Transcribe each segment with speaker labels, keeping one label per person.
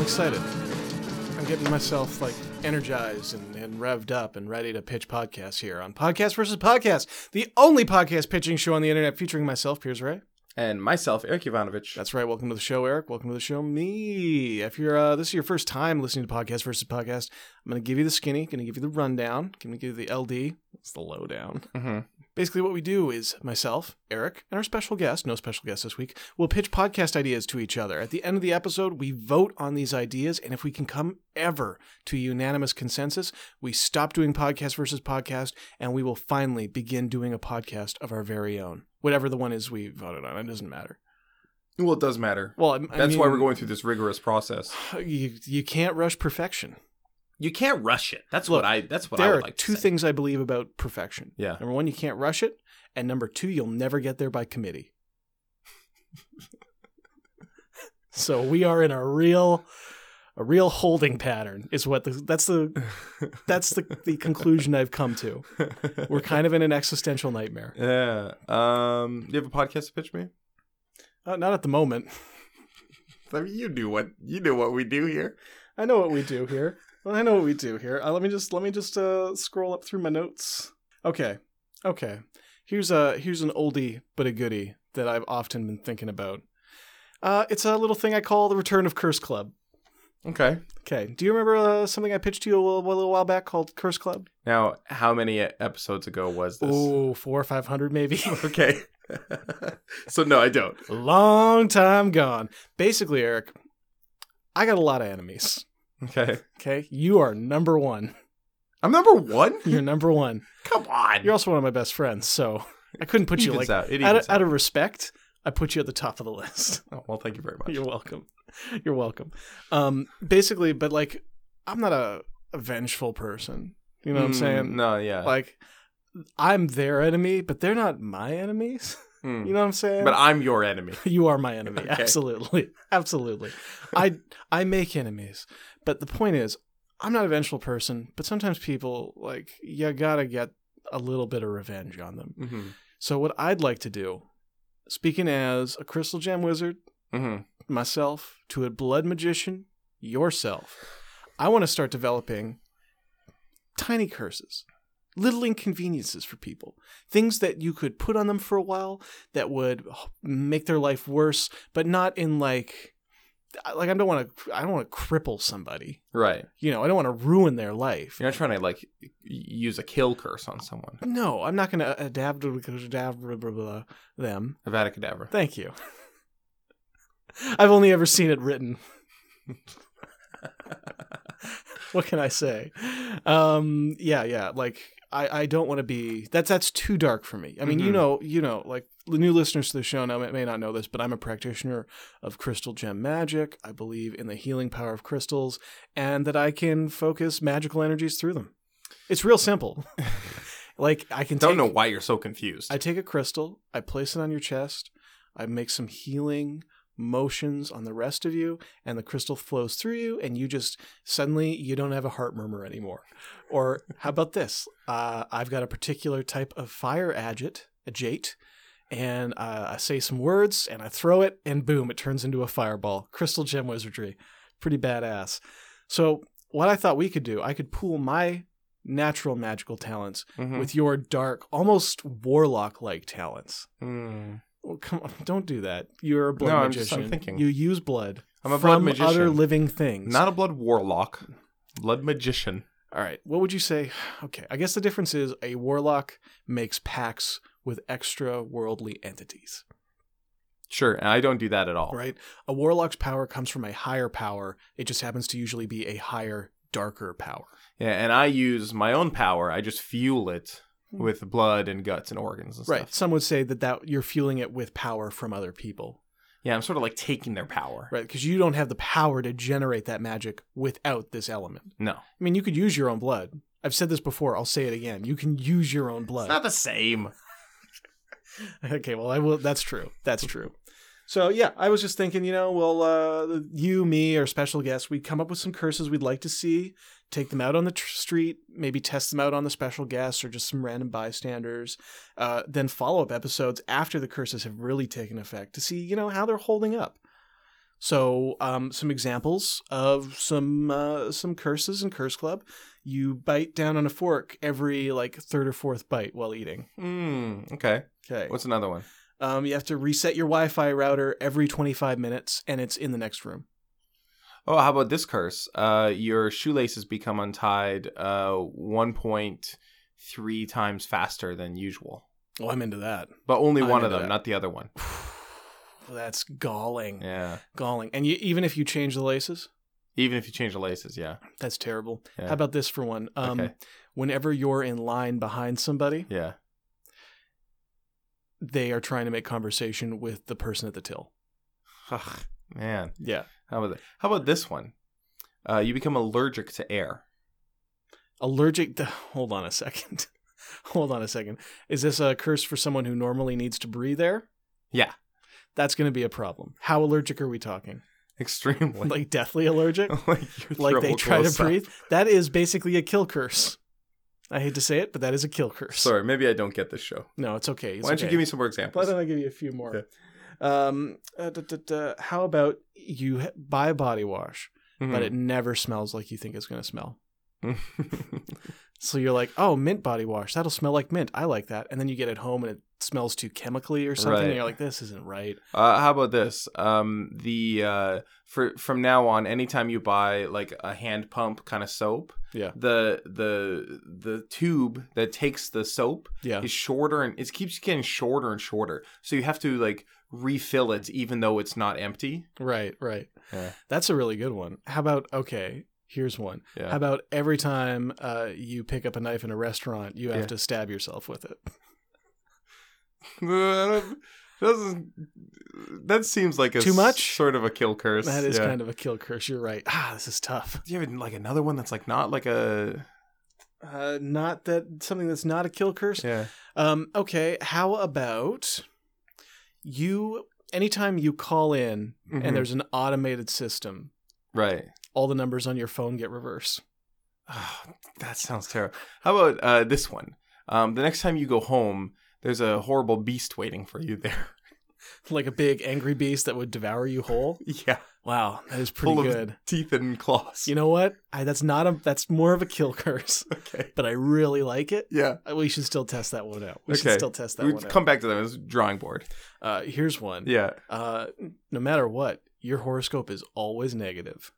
Speaker 1: excited. I'm getting myself like energized and, and revved up and ready to pitch podcasts here on Podcast versus Podcast, the only podcast pitching show on the internet featuring myself, Piers Ray.
Speaker 2: And myself, Eric Ivanovich.
Speaker 1: That's right. Welcome to the show, Eric. Welcome to the show, me. If you're uh, this is your first time listening to Podcast versus Podcast, I'm going to give you the skinny, going to give you the rundown, going to give you the LD. It's the lowdown.
Speaker 2: Mhm.
Speaker 1: Basically, what we do is myself, Eric, and our special guest, no special guest this week, will pitch podcast ideas to each other. At the end of the episode, we vote on these ideas, and if we can come ever to unanimous consensus, we stop doing podcast versus podcast, and we will finally begin doing a podcast of our very own. Whatever the one is we voted on, it doesn't matter.
Speaker 2: Well, it does matter.
Speaker 1: Well, I, I
Speaker 2: That's why
Speaker 1: mean,
Speaker 2: we're going through this rigorous process.
Speaker 1: You, you can't rush perfection.
Speaker 3: You can't rush it. That's
Speaker 1: Look,
Speaker 3: what I. That's what I
Speaker 1: there
Speaker 3: would
Speaker 1: are
Speaker 3: like
Speaker 1: two
Speaker 3: to say.
Speaker 1: things I believe about perfection.
Speaker 2: Yeah.
Speaker 1: Number one, you can't rush it, and number two, you'll never get there by committee. so we are in a real, a real holding pattern. Is what the, that's the that's the the conclusion I've come to. We're kind of in an existential nightmare.
Speaker 2: yeah. Um, you have a podcast to pitch me?
Speaker 1: Uh, not at the moment.
Speaker 2: I mean, you do what you do what we do here.
Speaker 1: I know what we do here. I know what we do here. Uh, let me just let me just uh, scroll up through my notes. Okay, okay. Here's a here's an oldie but a goodie that I've often been thinking about. Uh, it's a little thing I call the return of Curse Club.
Speaker 2: Okay.
Speaker 1: Okay, do you remember uh, something I pitched to you a little, a little while back called Curse Club?
Speaker 2: Now, how many episodes ago was this?
Speaker 1: Oh, four or five hundred maybe.
Speaker 2: Okay. so no, I don't.
Speaker 1: Long time gone. Basically, Eric, I got a lot of enemies.
Speaker 2: Okay.
Speaker 1: Okay, you are number one.
Speaker 2: I'm number one.
Speaker 1: You're number one.
Speaker 2: Come on.
Speaker 1: You're also one of my best friends, so I couldn't put
Speaker 2: It
Speaker 1: you
Speaker 2: evens
Speaker 1: like
Speaker 2: out. It
Speaker 1: out
Speaker 2: evens
Speaker 1: of, out of respect, I put you at the top of the list.
Speaker 2: out. Oh, well, thank you very much.
Speaker 1: You're welcome. You're welcome. Um, basically, but like, I'm not a, a vengeful person. You know what I'm
Speaker 2: Mm,
Speaker 1: saying?
Speaker 2: No, yeah.
Speaker 1: Like, I'm their enemy, but they're not my enemies.
Speaker 2: Mm.
Speaker 1: You know what I'm saying?
Speaker 2: But I'm your enemy.
Speaker 1: you are my enemy.
Speaker 2: Okay.
Speaker 1: Absolutely, absolutely. I I make enemies, but the point is, I'm not a vengeful person. But sometimes people like you gotta get a little bit of revenge on them.
Speaker 2: Mm-hmm.
Speaker 1: So what I'd like to do, speaking as a crystal gem wizard,
Speaker 2: Mm-hmm.
Speaker 1: myself, to a blood magician, yourself, I want to start developing tiny curses, little inconveniences for people, things that you could put on them for a while that would make their life worse, but not in like like I don't want to I don't want to cripple somebody.
Speaker 2: Right.
Speaker 1: You know, I don't want to ruin their life.
Speaker 2: You're not trying to like y- use a kill curse on someone.
Speaker 1: No, I'm not going to adapt them.
Speaker 2: Avada Kedavra.
Speaker 1: Thank you. I've only ever seen it written. what can I say? Um, yeah, yeah. Like I, I don't want to be. That's that's too dark for me. I mean, you
Speaker 2: Mhm.
Speaker 1: know, you know, like the new listeners to the show now may, may not know this, but I'm a practitioner of crystal gem magic. I believe in the healing power of crystals, and that I can focus magical energies through them. It's real simple. like I can
Speaker 2: Don't
Speaker 1: take,
Speaker 2: know why you're so confused.
Speaker 1: I take a crystal, I place it on your chest, I make some healing motions on the rest of you, and the crystal flows through you, and you just suddenly you don't have a heart murmur anymore. Or how about this? Uh, I've got a particular type of fire agit, ajate, and uh, I say some words, and I throw it, and boom, it turns into a fireball. Crystal gem wizardry, pretty badass. So what I thought we could do, I could pool my natural magical talents
Speaker 2: Mhm.
Speaker 1: with your dark, almost warlock like talents.
Speaker 2: Mm.
Speaker 1: Well, come on, don't do that. You're a blood
Speaker 2: No, I'm
Speaker 1: magician.
Speaker 2: just- I'm thinking.
Speaker 1: You use blood.
Speaker 2: I'm a blood
Speaker 1: from
Speaker 2: magician.
Speaker 1: other living things.
Speaker 2: Not a blood warlock, blood magician.
Speaker 1: All right. What would you say? Okay, I guess the difference is a warlock makes pacts with extra worldly entities.
Speaker 2: Sure, and I don't do that at all.
Speaker 1: Right? A warlock's power comes from a higher power. It just happens to usually be a higher, darker power.
Speaker 2: Yeah, and I use my own power. I just fuel it with blood and guts and organs and
Speaker 1: Hmm. Right.
Speaker 2: stuff.
Speaker 1: Some would say that, that you're fueling it with power from other people.
Speaker 2: Yeah, I'm sort of like taking their power.
Speaker 1: Right? Because you don't have the power to generate that magic without this element.
Speaker 2: No,
Speaker 1: I mean, you could use your own blood. I've said this before. I'll say it again. You can use your own blood.
Speaker 2: it's not the same.
Speaker 1: okay, well, I will. That's true. That's true. So yeah, I was just thinking, you know, well, uh, you, me, or special guest, we come up with some curses we'd like to see, take them out on the tr- street, maybe test them out on the special guests or just some random bystanders, uh, then follow up episodes after the curses have really taken effect to see, you know, how they're holding up. So, um, some examples of some uh, some curses in Curse Club. You bite down on a fork every like third or fourth bite while eating.
Speaker 2: Mm, okay.
Speaker 1: Okay.
Speaker 2: What's another one?
Speaker 1: Um, you have to reset your Wi-Fi router every 25 minutes, and it's in the next room.
Speaker 2: Oh, how about this curse? Uh, your shoelaces become untied uh, 1.3 times faster than usual.
Speaker 1: Oh, I'm into that.
Speaker 2: But only
Speaker 1: I'm
Speaker 2: one of
Speaker 1: into
Speaker 2: them,
Speaker 1: that.
Speaker 2: not the other one.
Speaker 1: That's galling,
Speaker 2: Yeah.
Speaker 1: galling. And you, even if you change the laces,
Speaker 2: Even if you change the laces, yeah.
Speaker 1: that's terrible.
Speaker 2: Yeah.
Speaker 1: How about this for one? Um,
Speaker 2: Okay.
Speaker 1: Whenever you're in line behind somebody,
Speaker 2: Yeah.
Speaker 1: they are trying to make conversation with the person at the till.
Speaker 2: Ugh, man.
Speaker 1: Yeah.
Speaker 2: How about that? How about this one? Uh, you become allergic to air.
Speaker 1: Allergic. To, hold on a second. hold on a second. Is this a curse for someone who normally needs to breathe air?
Speaker 2: Yeah.
Speaker 1: That's going to be a problem. How allergic are we talking?
Speaker 2: Extremely.
Speaker 1: Like deathly allergic?
Speaker 2: like, your
Speaker 1: like
Speaker 2: throat
Speaker 1: they
Speaker 2: will
Speaker 1: try to
Speaker 2: close up.
Speaker 1: breathe. That is basically a kill curse. I hate to say it, but that is a kill curse.
Speaker 2: Sorry, maybe I don't get this show.
Speaker 1: No, it's okay. It's
Speaker 2: Why don't you
Speaker 1: okay. uh,
Speaker 2: give me some more
Speaker 1: Why
Speaker 2: examples?
Speaker 1: don't I give you a few more?
Speaker 2: Okay.
Speaker 1: Um, uh, duh, duh, duh, how about you h- buy a body wash,
Speaker 2: Mhm.
Speaker 1: but it never smells like you think it's going to smell. So you're like, oh, mint body wash. That'll smell like mint. I like that. And then you get it home and it smells too chemically or something. And
Speaker 2: Right.
Speaker 1: you're like, this isn't right.
Speaker 2: Uh, how about this? Um, the uh, for from now on, anytime you buy like a hand pump kind of soap,
Speaker 1: Yeah.
Speaker 2: the the the tube that takes the soap
Speaker 1: Yeah.
Speaker 2: is shorter and it keeps getting shorter and shorter. So you have to like refill it, even though it's not empty.
Speaker 1: Right, right.
Speaker 2: Yeah.
Speaker 1: That's a really good one. How about, okay, here's one.
Speaker 2: Yeah.
Speaker 1: How about every time uh, you pick up a knife in a restaurant, you have
Speaker 2: Yeah.
Speaker 1: to stab yourself with it?
Speaker 2: Doesn't that seems like a
Speaker 1: Too much?
Speaker 2: sort of a kill curse?
Speaker 1: That is
Speaker 2: yeah.
Speaker 1: kind of a kill curse. You're right. Ah, this is tough.
Speaker 2: Do you have like another one that's like not like a
Speaker 1: Uh, not that something that's not a kill curse.
Speaker 2: yeah
Speaker 1: Um, okay, how about you? Anytime you call in
Speaker 2: Mhm.
Speaker 1: and there's an automated system,
Speaker 2: right
Speaker 1: all the numbers on your phone get reversed.
Speaker 2: Oh, that sounds terrible. How about uh, this one? Um, the next time you go home, there's a horrible beast waiting for you there.
Speaker 1: Like a big angry beast that would devour you whole.
Speaker 2: yeah,
Speaker 1: Wow, that is pretty
Speaker 2: Full of-
Speaker 1: good.
Speaker 2: teeth and claws.
Speaker 1: You know what? I, that's not a. That's more of a kill curse,
Speaker 2: okay.
Speaker 1: but I really like it.
Speaker 2: Yeah.
Speaker 1: Uh, We should still test that one out. We should
Speaker 2: Okay.
Speaker 1: still test that
Speaker 2: We
Speaker 1: one out.
Speaker 2: come back to that. It's a drawing board.
Speaker 1: Uh, here's one.
Speaker 2: Yeah.
Speaker 1: Uh, no matter what, your horoscope is always negative.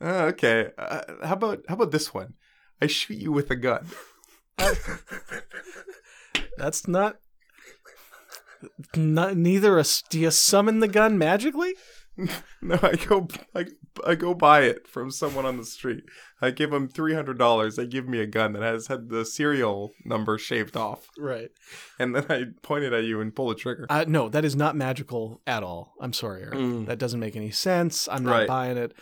Speaker 2: Uh, okay. Uh, how about how about this one? I shoot you with a gun.
Speaker 1: That's not. Not, neither us. Do you summon the gun magically?
Speaker 2: no, I go I, I go buy it from someone on the street. I give them three hundred dollars. They give me a gun that has had the serial number shaved off,
Speaker 1: Right.
Speaker 2: and then I point it at you and pull the trigger.
Speaker 1: Uh, no, that is not magical at all. I'm sorry, Eric.
Speaker 2: Mm.
Speaker 1: That doesn't make any sense. I'm not
Speaker 2: Right.
Speaker 1: buying it.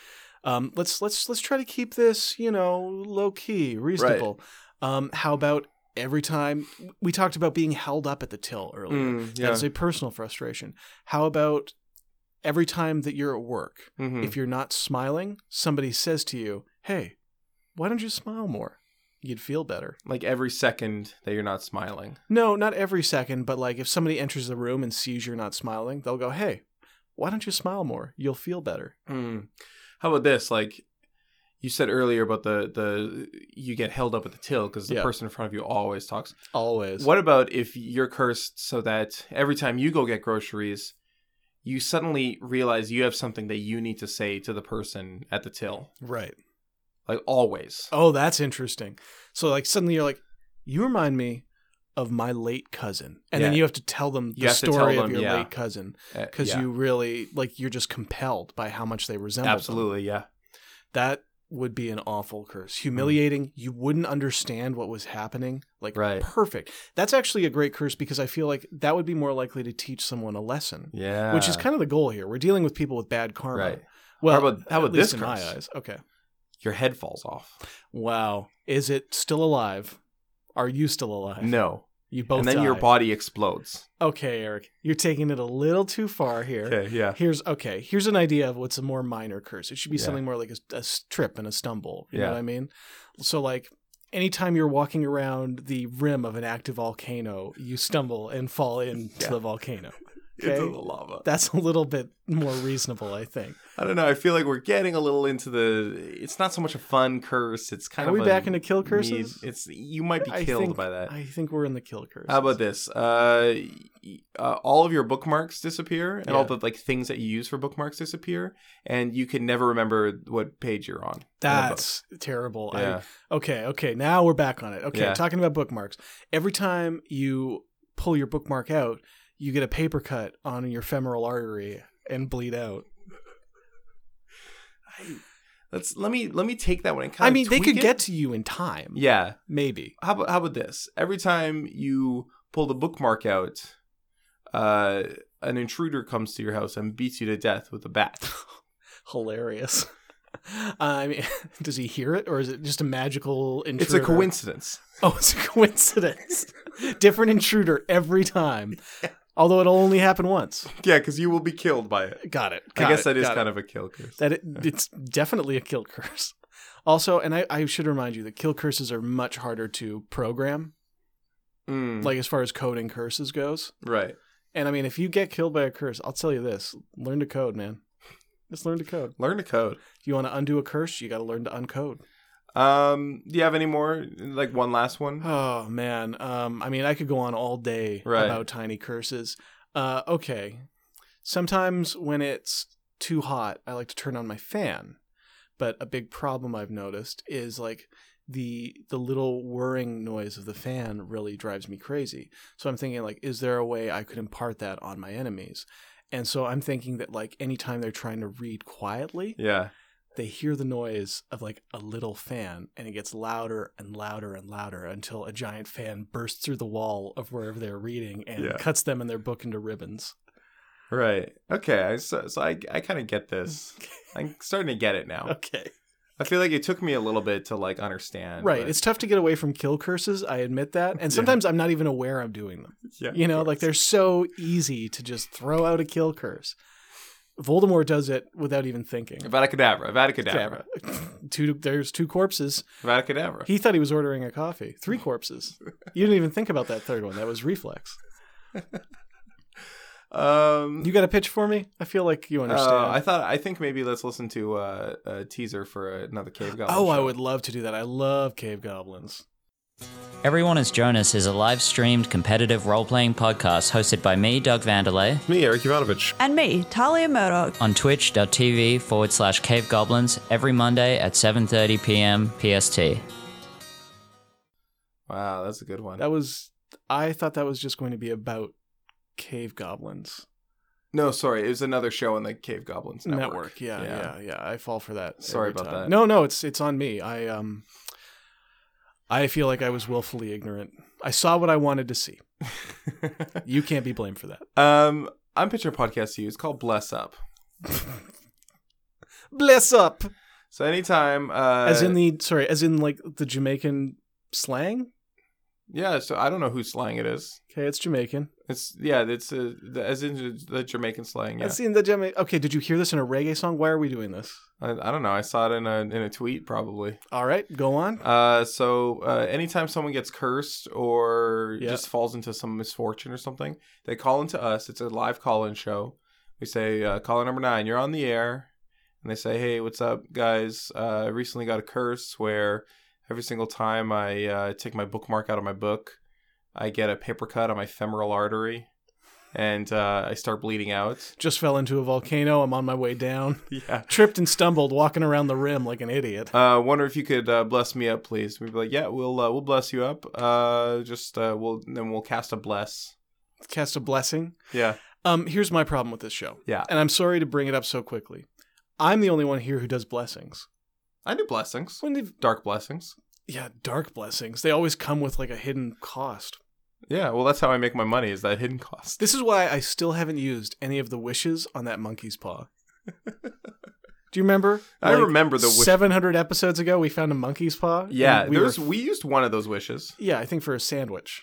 Speaker 1: Um, let's let's let's try to keep this, you know, low key, reasonable. Um, how about every time we talked about being held up at the till earlier?
Speaker 2: Mm, yeah.
Speaker 1: That's a personal frustration. How about every time that you're at work,
Speaker 2: Mhm.
Speaker 1: if you're not smiling, somebody says to you, "Hey, why don't you smile more? You'd feel better."
Speaker 2: like every second that you're not smiling.
Speaker 1: No, not every second, but like if somebody enters the room and sees you're not smiling, they'll go, "Hey, why don't you smile more? You'll feel better."
Speaker 2: Mm. How about this? Like you said earlier about the the you get held up at the till because the
Speaker 1: Yeah.
Speaker 2: person in front of you always talks.
Speaker 1: Always.
Speaker 2: What about if you're cursed so that every time you go get groceries, you suddenly realize you have something that you need to say to the person at the till,
Speaker 1: Right.
Speaker 2: like always.
Speaker 1: Oh, that's interesting. So like suddenly you're like, "You remind me of my late cousin." And then
Speaker 2: Yeah.
Speaker 1: you have to tell them the
Speaker 2: You have to tell
Speaker 1: story of
Speaker 2: them,
Speaker 1: your
Speaker 2: yeah.
Speaker 1: late cousin
Speaker 2: Uh,
Speaker 1: cuz
Speaker 2: yeah.
Speaker 1: you really like you're just compelled by how much they resemble. them.
Speaker 2: absolutely yeah.
Speaker 1: That would be an awful curse.
Speaker 2: Mm.
Speaker 1: Humiliating. You wouldn't understand what was happening. Like
Speaker 2: Right.
Speaker 1: perfect. That's actually a great curse because I feel like that would be more likely to teach someone a lesson.
Speaker 2: Yeah,
Speaker 1: which is kind of the goal here. We're dealing with people with bad karma.
Speaker 2: right.
Speaker 1: Well,
Speaker 2: How about- how
Speaker 1: at
Speaker 2: about
Speaker 1: least
Speaker 2: this
Speaker 1: in my
Speaker 2: curse?
Speaker 1: eyes? Okay.
Speaker 2: Your head falls off.
Speaker 1: Wow. Is it still alive? Are you still alive?
Speaker 2: No,
Speaker 1: You both.
Speaker 2: and then your
Speaker 1: die.
Speaker 2: body explodes.
Speaker 1: Okay, Eric. You're taking it a little too far here.
Speaker 2: Okay, yeah,
Speaker 1: Here's okay. Here's an idea of what's a more minor curse. It should be
Speaker 2: Yeah.
Speaker 1: something more like a, a trip and a stumble. You know
Speaker 2: Yeah.
Speaker 1: what I mean? So like. Anytime you're walking around the rim of an active volcano, you stumble and fall into
Speaker 2: Yeah.
Speaker 1: the volcano.
Speaker 2: into
Speaker 1: Okay.
Speaker 2: the lava.
Speaker 1: That's a little bit more reasonable, I think.
Speaker 2: I don't know. I feel like we're getting a little into the. It's not so much a fun curse. It's kind
Speaker 1: Are
Speaker 2: of.
Speaker 1: we
Speaker 2: a
Speaker 1: back into kill curses?
Speaker 2: need- It's you might be
Speaker 1: I
Speaker 2: killed
Speaker 1: think-
Speaker 2: by that.
Speaker 1: I think we're in the kill curses.
Speaker 2: How about this? Uh, y- uh, all of your bookmarks disappear, and all
Speaker 1: Yeah.
Speaker 2: the like things that you use for bookmarks disappear, and you can never remember what page you're on. in the book.
Speaker 1: That's terrible. I-
Speaker 2: yeah,
Speaker 1: okay, okay. Now we're back on it. Okay,
Speaker 2: Yeah.
Speaker 1: talking about bookmarks. Every time you pull your bookmark out, you get a paper cut on your femoral artery and bleed out.
Speaker 2: let's let me let me take that one. And kind
Speaker 1: I
Speaker 2: of
Speaker 1: mean, they
Speaker 2: tweak
Speaker 1: could
Speaker 2: it.
Speaker 1: get to you in time.
Speaker 2: yeah.
Speaker 1: Maybe.
Speaker 2: How about how about this? Every time you pull the bookmark out, uh, an intruder comes to your house and beats you to death with a bat.
Speaker 1: Hilarious. I mean, does he hear it, or is it just a magical intruder?
Speaker 2: It's a coincidence.
Speaker 1: Oh, it's a coincidence. Different intruder every time. Although it'll only happen once.
Speaker 2: Yeah, because you will be killed by it.
Speaker 1: Got it.
Speaker 2: I guess that is kind of a kill curse.
Speaker 1: that it, it's definitely a kill curse. Also, and I, I should remind you that kill curses are much harder to program,
Speaker 2: Mm,
Speaker 1: like as far as coding curses goes.
Speaker 2: right.
Speaker 1: And I mean, if you get killed by a curse, I'll tell you this: learn to code, man. Just learn to code.
Speaker 2: Learn to code.
Speaker 1: If you want to undo a curse, you got to learn to uncode.
Speaker 2: Um, do you have any more? Like one last one?
Speaker 1: Oh man, um, I mean, I could go on all day
Speaker 2: Right.
Speaker 1: about tiny curses. Uh, okay, sometimes when it's too hot, I like to turn on my fan. But a big problem I've noticed is like the the little whirring noise of the fan really drives me crazy. So I'm thinking like, is there a way I could impart that on my enemies? And so I'm thinking that like anytime they're trying to read quietly,
Speaker 2: Yeah.
Speaker 1: they hear the noise of like a little fan and it gets louder and louder and louder until a giant fan bursts through the wall of wherever they're reading and
Speaker 2: Yeah.
Speaker 1: cuts them and their book into ribbons.
Speaker 2: Right. Okay. I- So, so I, I kind of get this. I'm starting to get it now.
Speaker 1: Okay.
Speaker 2: I feel like it took me a little bit to like understand.
Speaker 1: Right.
Speaker 2: but-
Speaker 1: It's tough to get away from kill curses. I admit that. And
Speaker 2: uh, Yeah.
Speaker 1: sometimes I'm not even aware I'm doing them.
Speaker 2: yeah,
Speaker 1: You know,
Speaker 2: of
Speaker 1: like
Speaker 2: course.
Speaker 1: they're so easy to just throw out a kill curse. Voldemort does it without even thinking.
Speaker 2: Avada Kedavra. Avada Kedavra.
Speaker 1: Two, there's two corpses.
Speaker 2: Avada Kedavra.
Speaker 1: He thought he was ordering a coffee. Three corpses. You didn't even think about that third one. That was reflex.
Speaker 2: um.
Speaker 1: You got a pitch for me? I feel like you understand.
Speaker 2: uh, I thought. I think maybe let's listen to uh, a teaser for another Cave Goblin.
Speaker 1: oh, I
Speaker 2: show.
Speaker 1: would love to do that. I love cave goblins.
Speaker 4: Everyone is Jonas is a live streamed competitive role playing podcast hosted by me, Doug Vanderlei,
Speaker 5: Me, Eric Ivanovich.
Speaker 6: And me, Talia Murdoch.
Speaker 4: on twitch.tv forward slash cave goblins every Monday at 7.30 pm PST.
Speaker 2: Wow, that's a good one.
Speaker 1: That was I thought that was just going to be about cave goblins
Speaker 2: No, sorry, it was another show on the Cave Goblins
Speaker 1: network.
Speaker 2: network.
Speaker 1: Yeah, yeah, yeah, I fall for that.
Speaker 2: Sorry
Speaker 1: every
Speaker 2: about
Speaker 1: time.
Speaker 2: that.
Speaker 1: No, no, it's it's on me. I um I feel like I was willfully ignorant. I saw what I wanted to see. You can't be blamed for that.
Speaker 2: um, I'm pitching a podcast to you. It's called Bless Up.
Speaker 1: Bless up.
Speaker 2: So anytime, uh,
Speaker 1: As in the sorry, as in like the Jamaican slang?
Speaker 2: yeah. So I don't know whose slang it is.
Speaker 1: Okay, it's Jamaican.
Speaker 2: It's yeah. It's uh, the, as in the Jamaican slang. Yeah.
Speaker 1: As in the Jamaican Okay, did you hear this in a reggae song? Why are we doing this?
Speaker 2: I, I don't know. I saw it in a in a tweet probably.
Speaker 1: All right, go on.
Speaker 2: Uh, so uh, anytime someone gets cursed or
Speaker 1: Yeah.
Speaker 2: just falls into some misfortune or something, they call into us. It's a live call-in show. We say, uh, caller number nine, you're on the air. And they say, hey, what's up, guys? Uh, I recently got a curse where every single time I uh, take my bookmark out of my book, I get a paper cut on my femoral artery and uh, I start bleeding out.
Speaker 1: Just fell into a volcano. I'm on my way down.
Speaker 2: Yeah.
Speaker 1: Tripped and stumbled, walking around the rim like an idiot.
Speaker 2: Uh, wonder if you could uh, bless me up, please. We'd be like, yeah, we'll uh, we'll bless you up. Uh, just uh, we'll then we'll cast a bless.
Speaker 1: Cast a blessing.
Speaker 2: Yeah,
Speaker 1: Um, here's my problem with this show.
Speaker 2: Yeah.
Speaker 1: And I'm sorry to bring it up so quickly. I'm the only one here who does blessings.
Speaker 2: I do blessings,
Speaker 1: When did,
Speaker 2: dark blessings.
Speaker 1: yeah, dark blessings. They always come with like a hidden cost.
Speaker 2: Yeah, well, that's how I make my money is that hidden cost.
Speaker 1: This is why I still haven't used any of the wishes on that monkey's paw. Do you remember?
Speaker 2: I remember the wish-
Speaker 1: 700 episodes ago, we found a monkey's paw. and
Speaker 2: Yeah,
Speaker 1: we
Speaker 2: there's
Speaker 1: were-
Speaker 2: we used one of those wishes.
Speaker 1: yeah, I think for a sandwich.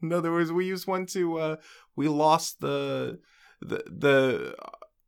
Speaker 2: No, there was we used one to uh, we lost the the the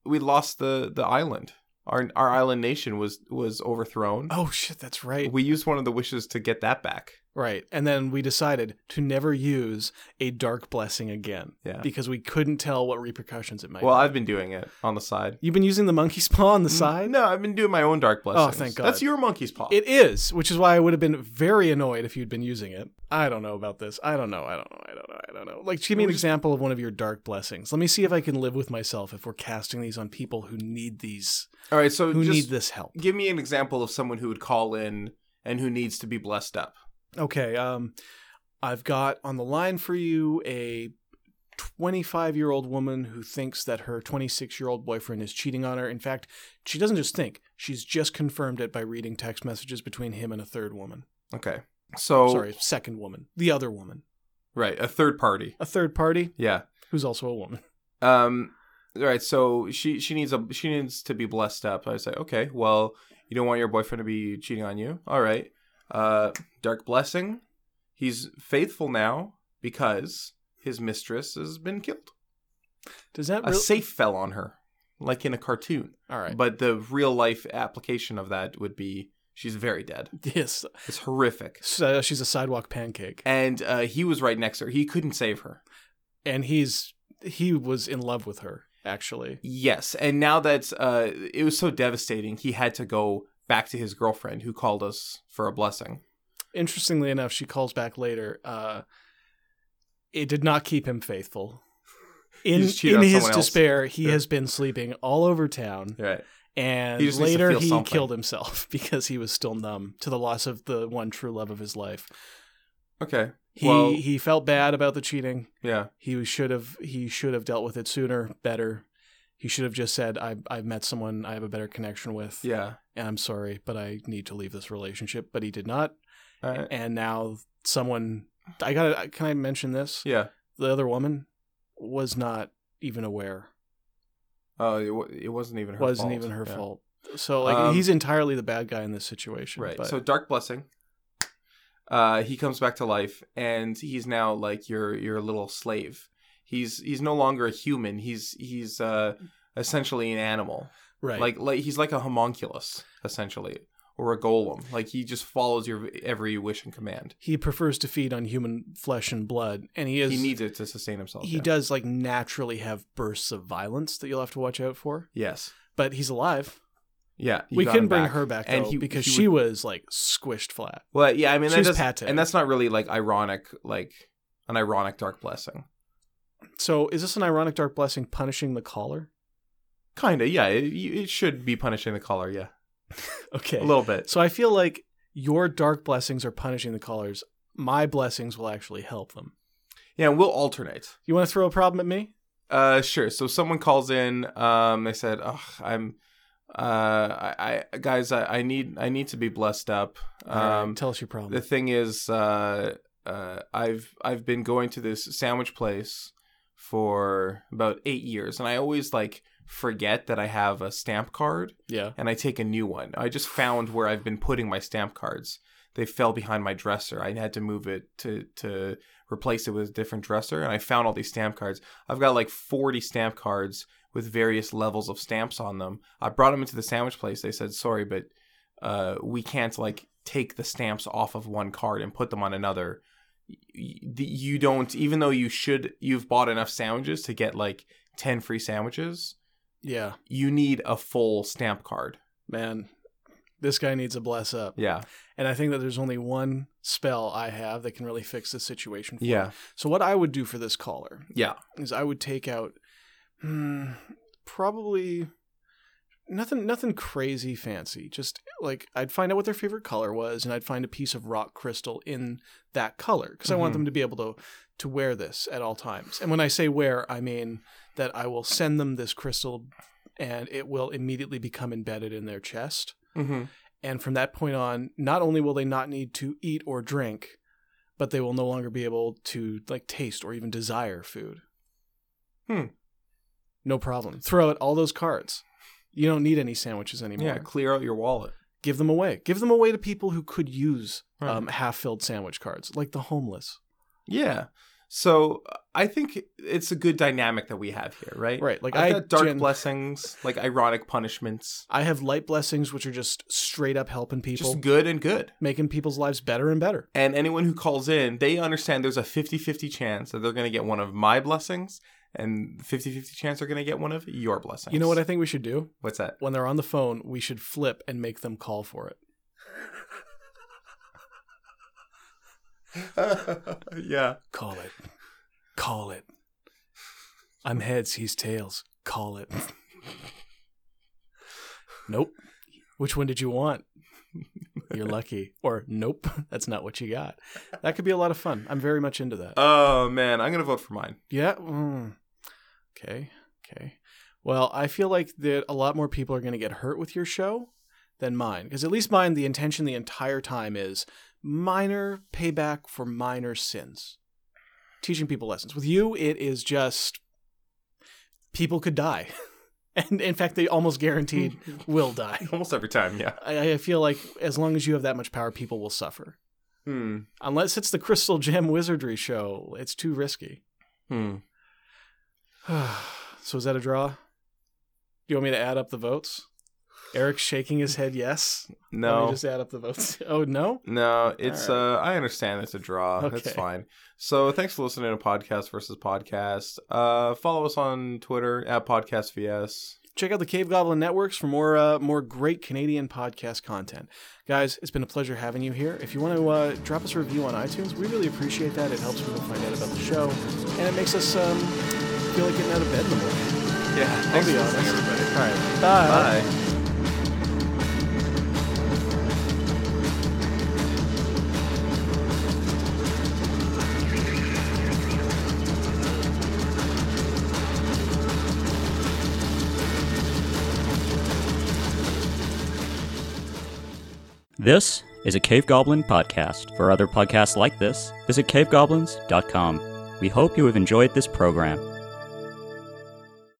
Speaker 2: we lost the the island. Our our island nation was was overthrown.
Speaker 1: Oh shit, that's right.
Speaker 2: We used one of the wishes to get that back.
Speaker 1: Right. And then we decided to never use a dark blessing again
Speaker 2: Yeah.
Speaker 1: because we couldn't tell what repercussions it might
Speaker 2: Well, Mm.
Speaker 1: have.
Speaker 2: I've been doing it on the side.
Speaker 1: You've been using the monkey's paw on the side? Oh,
Speaker 2: No, I've been doing my own dark blessings.
Speaker 1: thank
Speaker 2: That's
Speaker 1: God.
Speaker 2: your monkey's paw.
Speaker 1: It is, which is why I would have been very annoyed if you'd been using it. I don't know about this. I don't know. I don't know. I don't know. I don't know. Like, give me an example of one of your dark blessings. Let me see if I can live with myself if we're casting these on people who need these,
Speaker 2: All right, so
Speaker 1: who
Speaker 2: just
Speaker 1: need this help.
Speaker 2: give me an example of someone who would call in and who needs to be blessed up.
Speaker 1: Okay. Um, I've got on the line for you a 25 year old woman who thinks that her 26 year old boyfriend is cheating on her. In fact, she doesn't just think, she's just confirmed it by reading text messages between him and a third woman.
Speaker 2: Okay. So
Speaker 1: Sorry, second woman. The other woman.
Speaker 2: right, a third party.
Speaker 1: A third party
Speaker 2: Yeah.
Speaker 1: who's also a woman.
Speaker 2: Um all right, so she she needs a she needs to be blessed up. I say, okay, well, you don't want your boyfriend to be cheating on you. All right. Uh dark blessing. He's faithful now because his mistress has been killed.
Speaker 1: Does that
Speaker 2: A
Speaker 1: really?
Speaker 2: safe fell on her, like in a cartoon.
Speaker 1: All right.
Speaker 2: But the real life application of that would be she's very dead.
Speaker 1: yes.
Speaker 2: It's horrific.
Speaker 1: So she's a sidewalk pancake.
Speaker 2: And uh, he was right next to her. He couldn't save her.
Speaker 1: And he's he was in love with her, actually.
Speaker 2: Yes, and now that's uh, it was so devastating. He had to go back to his girlfriend, who called us for a blessing.
Speaker 1: Interestingly enough, she calls back later. Uh, it did not keep him faithful. In,
Speaker 2: just cheated
Speaker 1: in
Speaker 2: on
Speaker 1: his
Speaker 2: someone else.
Speaker 1: despair, he
Speaker 2: Sure.
Speaker 1: has been sleeping all over town,
Speaker 2: Right.
Speaker 1: and
Speaker 2: He just needs to
Speaker 1: later
Speaker 2: feel
Speaker 1: he
Speaker 2: something.
Speaker 1: killed himself because he was still numb to the loss of the one true love of his life.
Speaker 2: Okay.
Speaker 1: He
Speaker 2: Well-
Speaker 1: he felt bad about the cheating.
Speaker 2: Yeah.
Speaker 1: he should have he should have dealt with it sooner better he should have just said I, i've met someone i have a better connection with
Speaker 2: Yeah.
Speaker 1: and i'm sorry but i need to leave this relationship but he did not
Speaker 2: All right.
Speaker 1: and now someone i gotta can i mention this
Speaker 2: Yeah.
Speaker 1: the other woman was not even aware
Speaker 2: Oh, it, wa- it wasn't even her.
Speaker 1: wasn't
Speaker 2: fault.
Speaker 1: even her
Speaker 2: Yeah.
Speaker 1: fault so like
Speaker 2: Um,
Speaker 1: he's entirely the bad guy in this situation
Speaker 2: Right.
Speaker 1: but
Speaker 2: So dark blessing. Uh, he comes back to life, and he's now like your your little slave. He's he's no longer a human. He's he's uh essentially an animal.
Speaker 1: right
Speaker 2: Like like he's like a homunculus essentially, or a golem. Like he just follows your every wish and command.
Speaker 1: he prefers to feed on human flesh and blood and he is
Speaker 2: he needs it to sustain himself.
Speaker 1: he
Speaker 2: yeah.
Speaker 1: does like naturally have bursts of violence that you'll have to watch out for
Speaker 2: Yes.
Speaker 1: but he's alive
Speaker 2: Yeah. you
Speaker 1: we
Speaker 2: got
Speaker 1: can
Speaker 2: him
Speaker 1: bring her back though,
Speaker 2: And he-
Speaker 1: because
Speaker 2: he
Speaker 1: she was like squished flat.
Speaker 2: Well, yeah. I mean,
Speaker 1: She
Speaker 2: that
Speaker 1: was
Speaker 2: does,
Speaker 1: pate.
Speaker 2: and that's not really like ironic, like an ironic dark blessing.
Speaker 1: So is this an ironic dark blessing punishing the caller?
Speaker 2: Kinda. Yeah. It, it should be punishing the caller. Yeah.
Speaker 1: Okay.
Speaker 2: A little bit.
Speaker 1: So I feel like your dark blessings are punishing the callers. My blessings will actually help them.
Speaker 2: Yeah, and we'll alternate.
Speaker 1: You want to throw a problem at me?
Speaker 2: Uh, sure. So someone calls in. Um, they said, "Ugh, I'm, uh, I, I guys, I, I need, I need to be blessed up.
Speaker 1: All
Speaker 2: Um,
Speaker 1: right, tell us your
Speaker 2: the
Speaker 1: problem.
Speaker 2: thing is, uh, uh, I've, I've been going to this sandwich place for about eight years, and I always like forget that I have a stamp card,
Speaker 1: yeah.
Speaker 2: and I take a new one. I just found where I've been putting my stamp cards. They fell behind my dresser. I had to move it to to replace it with a different dresser, and I found all these stamp cards. I've got like 40 stamp cards with various levels of stamps on them. I brought them into the sandwich place. They said, "Sorry, but uh, we can't like take the stamps off of one card and put them on another." Y- y- You don't, even though you should, you've bought enough sandwiches to get like 10 free sandwiches.
Speaker 1: Yeah.
Speaker 2: You need a full stamp card.
Speaker 1: Man, this guy needs a bless up.
Speaker 2: Yeah.
Speaker 1: And I think that there's only one spell I have that can really fix this situation. For
Speaker 2: Yeah.
Speaker 1: So what I would do for this caller
Speaker 2: Yeah.
Speaker 1: is I would take out hmm, probably nothing nothing crazy fancy. Just like I'd find out what their favorite color was and I'd find a piece of rock crystal in that color because I want
Speaker 2: Mhm.
Speaker 1: them to be able to to wear this at all times. And when I say wear, I mean that I will send them this crystal and it will immediately become embedded in their chest.
Speaker 2: Mm-hmm.
Speaker 1: And from that point on, not only will they not need to eat or drink, but they will no longer be able to like taste or even desire food.
Speaker 2: Hmm.
Speaker 1: No problem. Throw out all those cards. You don't need any sandwiches anymore.
Speaker 2: Yeah. Clear out your wallet.
Speaker 1: Give them away. Give them away to people who could use
Speaker 2: Right.
Speaker 1: um, half-filled sandwich cards, like the homeless.
Speaker 2: Yeah. So I think it's a good dynamic that we have here, right?
Speaker 1: Right, like,
Speaker 2: I've
Speaker 1: I
Speaker 2: got dark
Speaker 1: gen-
Speaker 2: blessings, like ironic punishments,
Speaker 1: I have light blessings, which are just straight up helping people,
Speaker 2: just good and good.
Speaker 1: making people's lives better and better.
Speaker 2: And anyone who calls in, they understand there's a 50-50 chance that they're going to get one of my blessings and 50-50 chance they're going to get one of your blessings.
Speaker 1: You know what I think we should do?
Speaker 2: What's that?
Speaker 1: When they're on the phone, we should flip and make them call for it.
Speaker 2: Uh, yeah.
Speaker 1: Call it. Call it. I'm heads, he's tails. Call it. nope. Which one did you want? You're lucky. Or nope, that's not what you got. That could be a lot of fun. I'm very much into that.
Speaker 2: Oh man, I'm going to vote for mine.
Speaker 1: Yeah. mm. Okay. Okay. Well, I feel like that a lot more people are going to get hurt with your show than mine because at least mine, the intention the entire time is minor payback for minor sins, teaching people lessons. With you, it is just people could die, and in fact, they almost guaranteed will die.
Speaker 2: Almost every time, yeah.
Speaker 1: I, I feel like as long as you have that much power, people will suffer.
Speaker 2: Hmm.
Speaker 1: Unless it's the Crystal Gem Wizardry show, it's too risky.
Speaker 2: Hmm.
Speaker 1: so is that a draw? Do you want me to add up the votes? Eric's shaking his head yes. Let me
Speaker 2: No.
Speaker 1: just add up the votes. Oh no?
Speaker 2: No, it's
Speaker 1: All
Speaker 2: uh I understand it's a draw. That's
Speaker 1: Okay.
Speaker 2: fine. So thanks for listening to Podcast versus Podcast. Uh follow us on Twitter at Podcast VS.
Speaker 1: Check out the Cave Goblin Networks for more uh, more great Canadian podcast content. Guys, it's been a pleasure having you here. If you want to uh, drop us a review on iTunes, we really appreciate that. It helps people find out about the show, and it makes us um, feel like getting out of bed in the morning.
Speaker 2: Yeah,
Speaker 1: I'll
Speaker 2: thanks
Speaker 1: be
Speaker 2: for
Speaker 1: honest.
Speaker 2: listening, everybody.
Speaker 1: All right,
Speaker 2: Bye.
Speaker 5: This is a Cave Goblin podcast. For other podcasts like this, visit cavegoblins.com. We hope you have enjoyed this program.